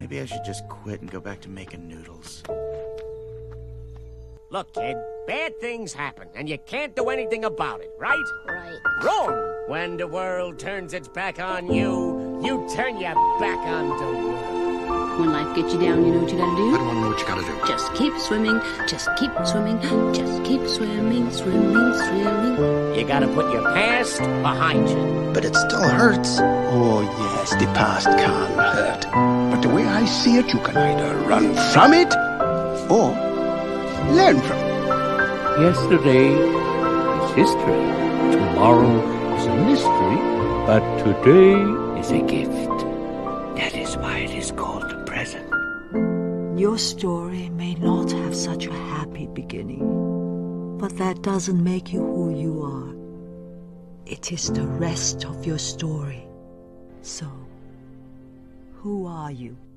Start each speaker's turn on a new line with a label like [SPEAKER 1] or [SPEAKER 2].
[SPEAKER 1] Maybe I should just quit and go back to making noodles.
[SPEAKER 2] Look, kid, bad things happen, and you can't do anything about it, right?
[SPEAKER 3] Right.
[SPEAKER 2] Wrong! When the world turns its back on you, you turn your back on the world.
[SPEAKER 3] When life gets you down, you know what you gotta
[SPEAKER 4] I
[SPEAKER 3] do?
[SPEAKER 4] don't want to know what you gotta do.
[SPEAKER 3] Just keep swimming, just keep swimming, just keep swimming, swimming, swimming.
[SPEAKER 2] You gotta put your past behind you.
[SPEAKER 4] But it still hurts. Oh, yes, the past can hurt. But the way I see it, you can either run from it or learn from it.
[SPEAKER 5] Yesterday is history. Tomorrow is a mystery. But today is a gift. That is why it is called the present.
[SPEAKER 6] Your story may not have such a happy beginning, but that doesn't make you who you are. It is the rest of your story. So, who are you?